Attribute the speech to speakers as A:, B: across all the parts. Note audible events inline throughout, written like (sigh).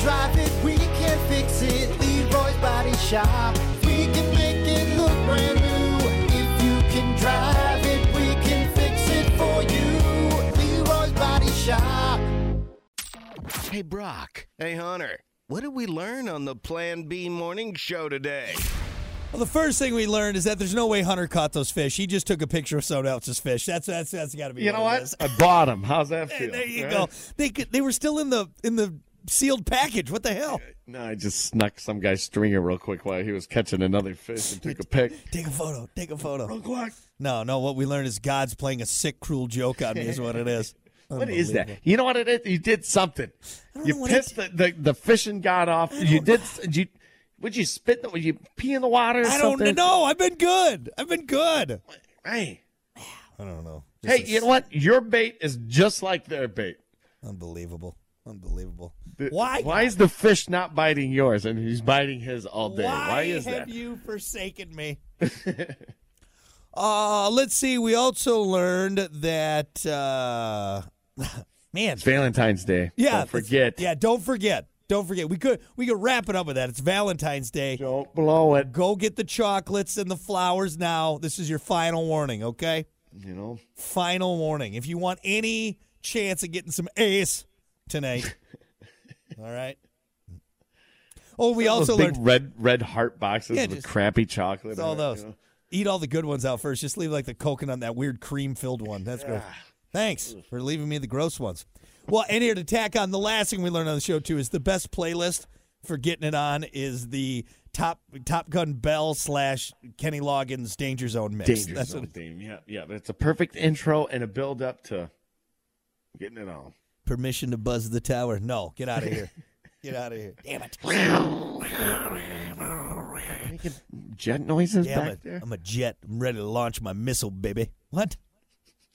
A: drive it, we can fix it. Leroy's Body Shop. We can make it look brand new. If you can drive it, we can fix it for you. Leroy's Body Shop.
B: Hey, Brock.
C: Hey, Hunter, what did we learn on the Plan B morning show today?
D: Well, the first thing we learned is that there's no way Hunter caught those fish. He just took a picture of someone else's fish. That's that's that's got to be.
E: You know
D: it
E: what?
D: is.
E: I bought them. How's that
D: Hey,
E: feel?
D: there you
E: Right?
D: go. They could, they were still in the in the sealed package. What the hell?
E: No, I just snuck some guy's stringer real quick while he was catching another fish and took a pic.
D: Take a photo. Take a photo.
E: What
D: No, no. What we learned is God's playing a sick, cruel joke on me. Is what it is.
E: is
D: Unbelievable.
E: that? You know (laughs) what it is? You did something.
D: don't know
E: You
D: what
E: pissed the, the, the fishing god off. You did. did You would you spit? in The, would you pee in the water? Or
D: I don't
E: something?
D: know. I've been good. I've been good.
E: Hey,
D: I don't know. This
E: hey,
D: is
E: you know what? Your bait is just like their bait.
D: Unbelievable. Unbelievable.
E: The-
D: Why?
E: Why is the fish not biting yours and he's biting his all day? Why, is
D: have
E: that?
D: you forsaken
E: (laughs)
D: me? uh, let's see. We also learned that, uh, (laughs) man,
E: It's Valentine's Day.
D: yeah,
E: Don't forget.
D: yeah, don't forget, don't forget. We could we could wrap it up with that. It's Valentine's Day.
E: Don't blow it.
D: Go get the chocolates and the flowers now. This is your final warning, okay?
E: You know.
D: Final warning. If you want any chance of getting some ace
E: (laughs)
D: tonight, all right. Oh, we also
E: Those big
D: learned
E: red red heart boxes
D: Yeah,
E: with
D: just-
E: crappy chocolate.
D: It's all
E: in it, you
D: those.
E: know?
D: Eat all the good ones out first. Just leave like the coconut, that weird cream filled one. That's gross. Thanks
E: Mm.
D: for leaving me the gross ones. Well, and here to tack on the last thing we learned on the show too is the best playlist for getting it on is the Top Top Gun Bell slash Kenny Loggins Danger Zone mix.
E: Danger
D: That's
E: zone
D: what-
E: theme. Yeah, yeah. That's a perfect intro and a build up to getting it on.
D: permission to buzz the tower. No, get out of here. get out of
E: (laughs)
D: here. Damn it.
E: Making jet noises
D: Yeah, I'm
E: back
D: a-
E: there.
D: I'm a jet. I'm ready to launch my missile, baby. What?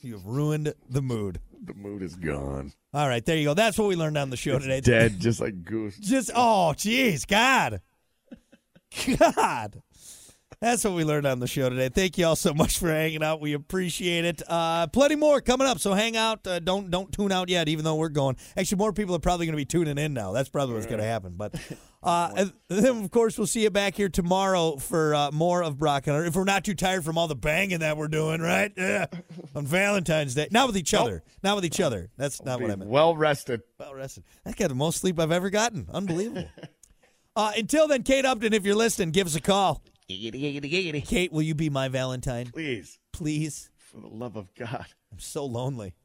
D: You've ruined the mood.
E: The mood is gone.
D: All right, there you go. That's what we learned on the show (laughs) today.
E: Dead, just like goose.
D: Just oh, jeez, God, God. That's what we learned on the show today. Thank you all so much for hanging out. We appreciate it. Uh, plenty more coming up, so hang out. Uh, don't don't tune out yet, even though we're going. Actually, more people are probably going to be tuning in now. That's probably what's going to happen. But uh, and then, of course, we'll see you back here tomorrow for uh, more of Brock and Hunter. If we're not too tired from all the banging that we're doing, right? Yeah. On Valentine's Day, not with each other, not with each other. That's not what I meant.
E: Well rested.
D: Well rested. That got the most sleep I've ever gotten. Unbelievable. uh, until then, Kate Upton, if you're listening, give us a call. Kate, will you be my Valentine?
E: Please,
D: Please.
E: for the love of God.
D: I'm so lonely.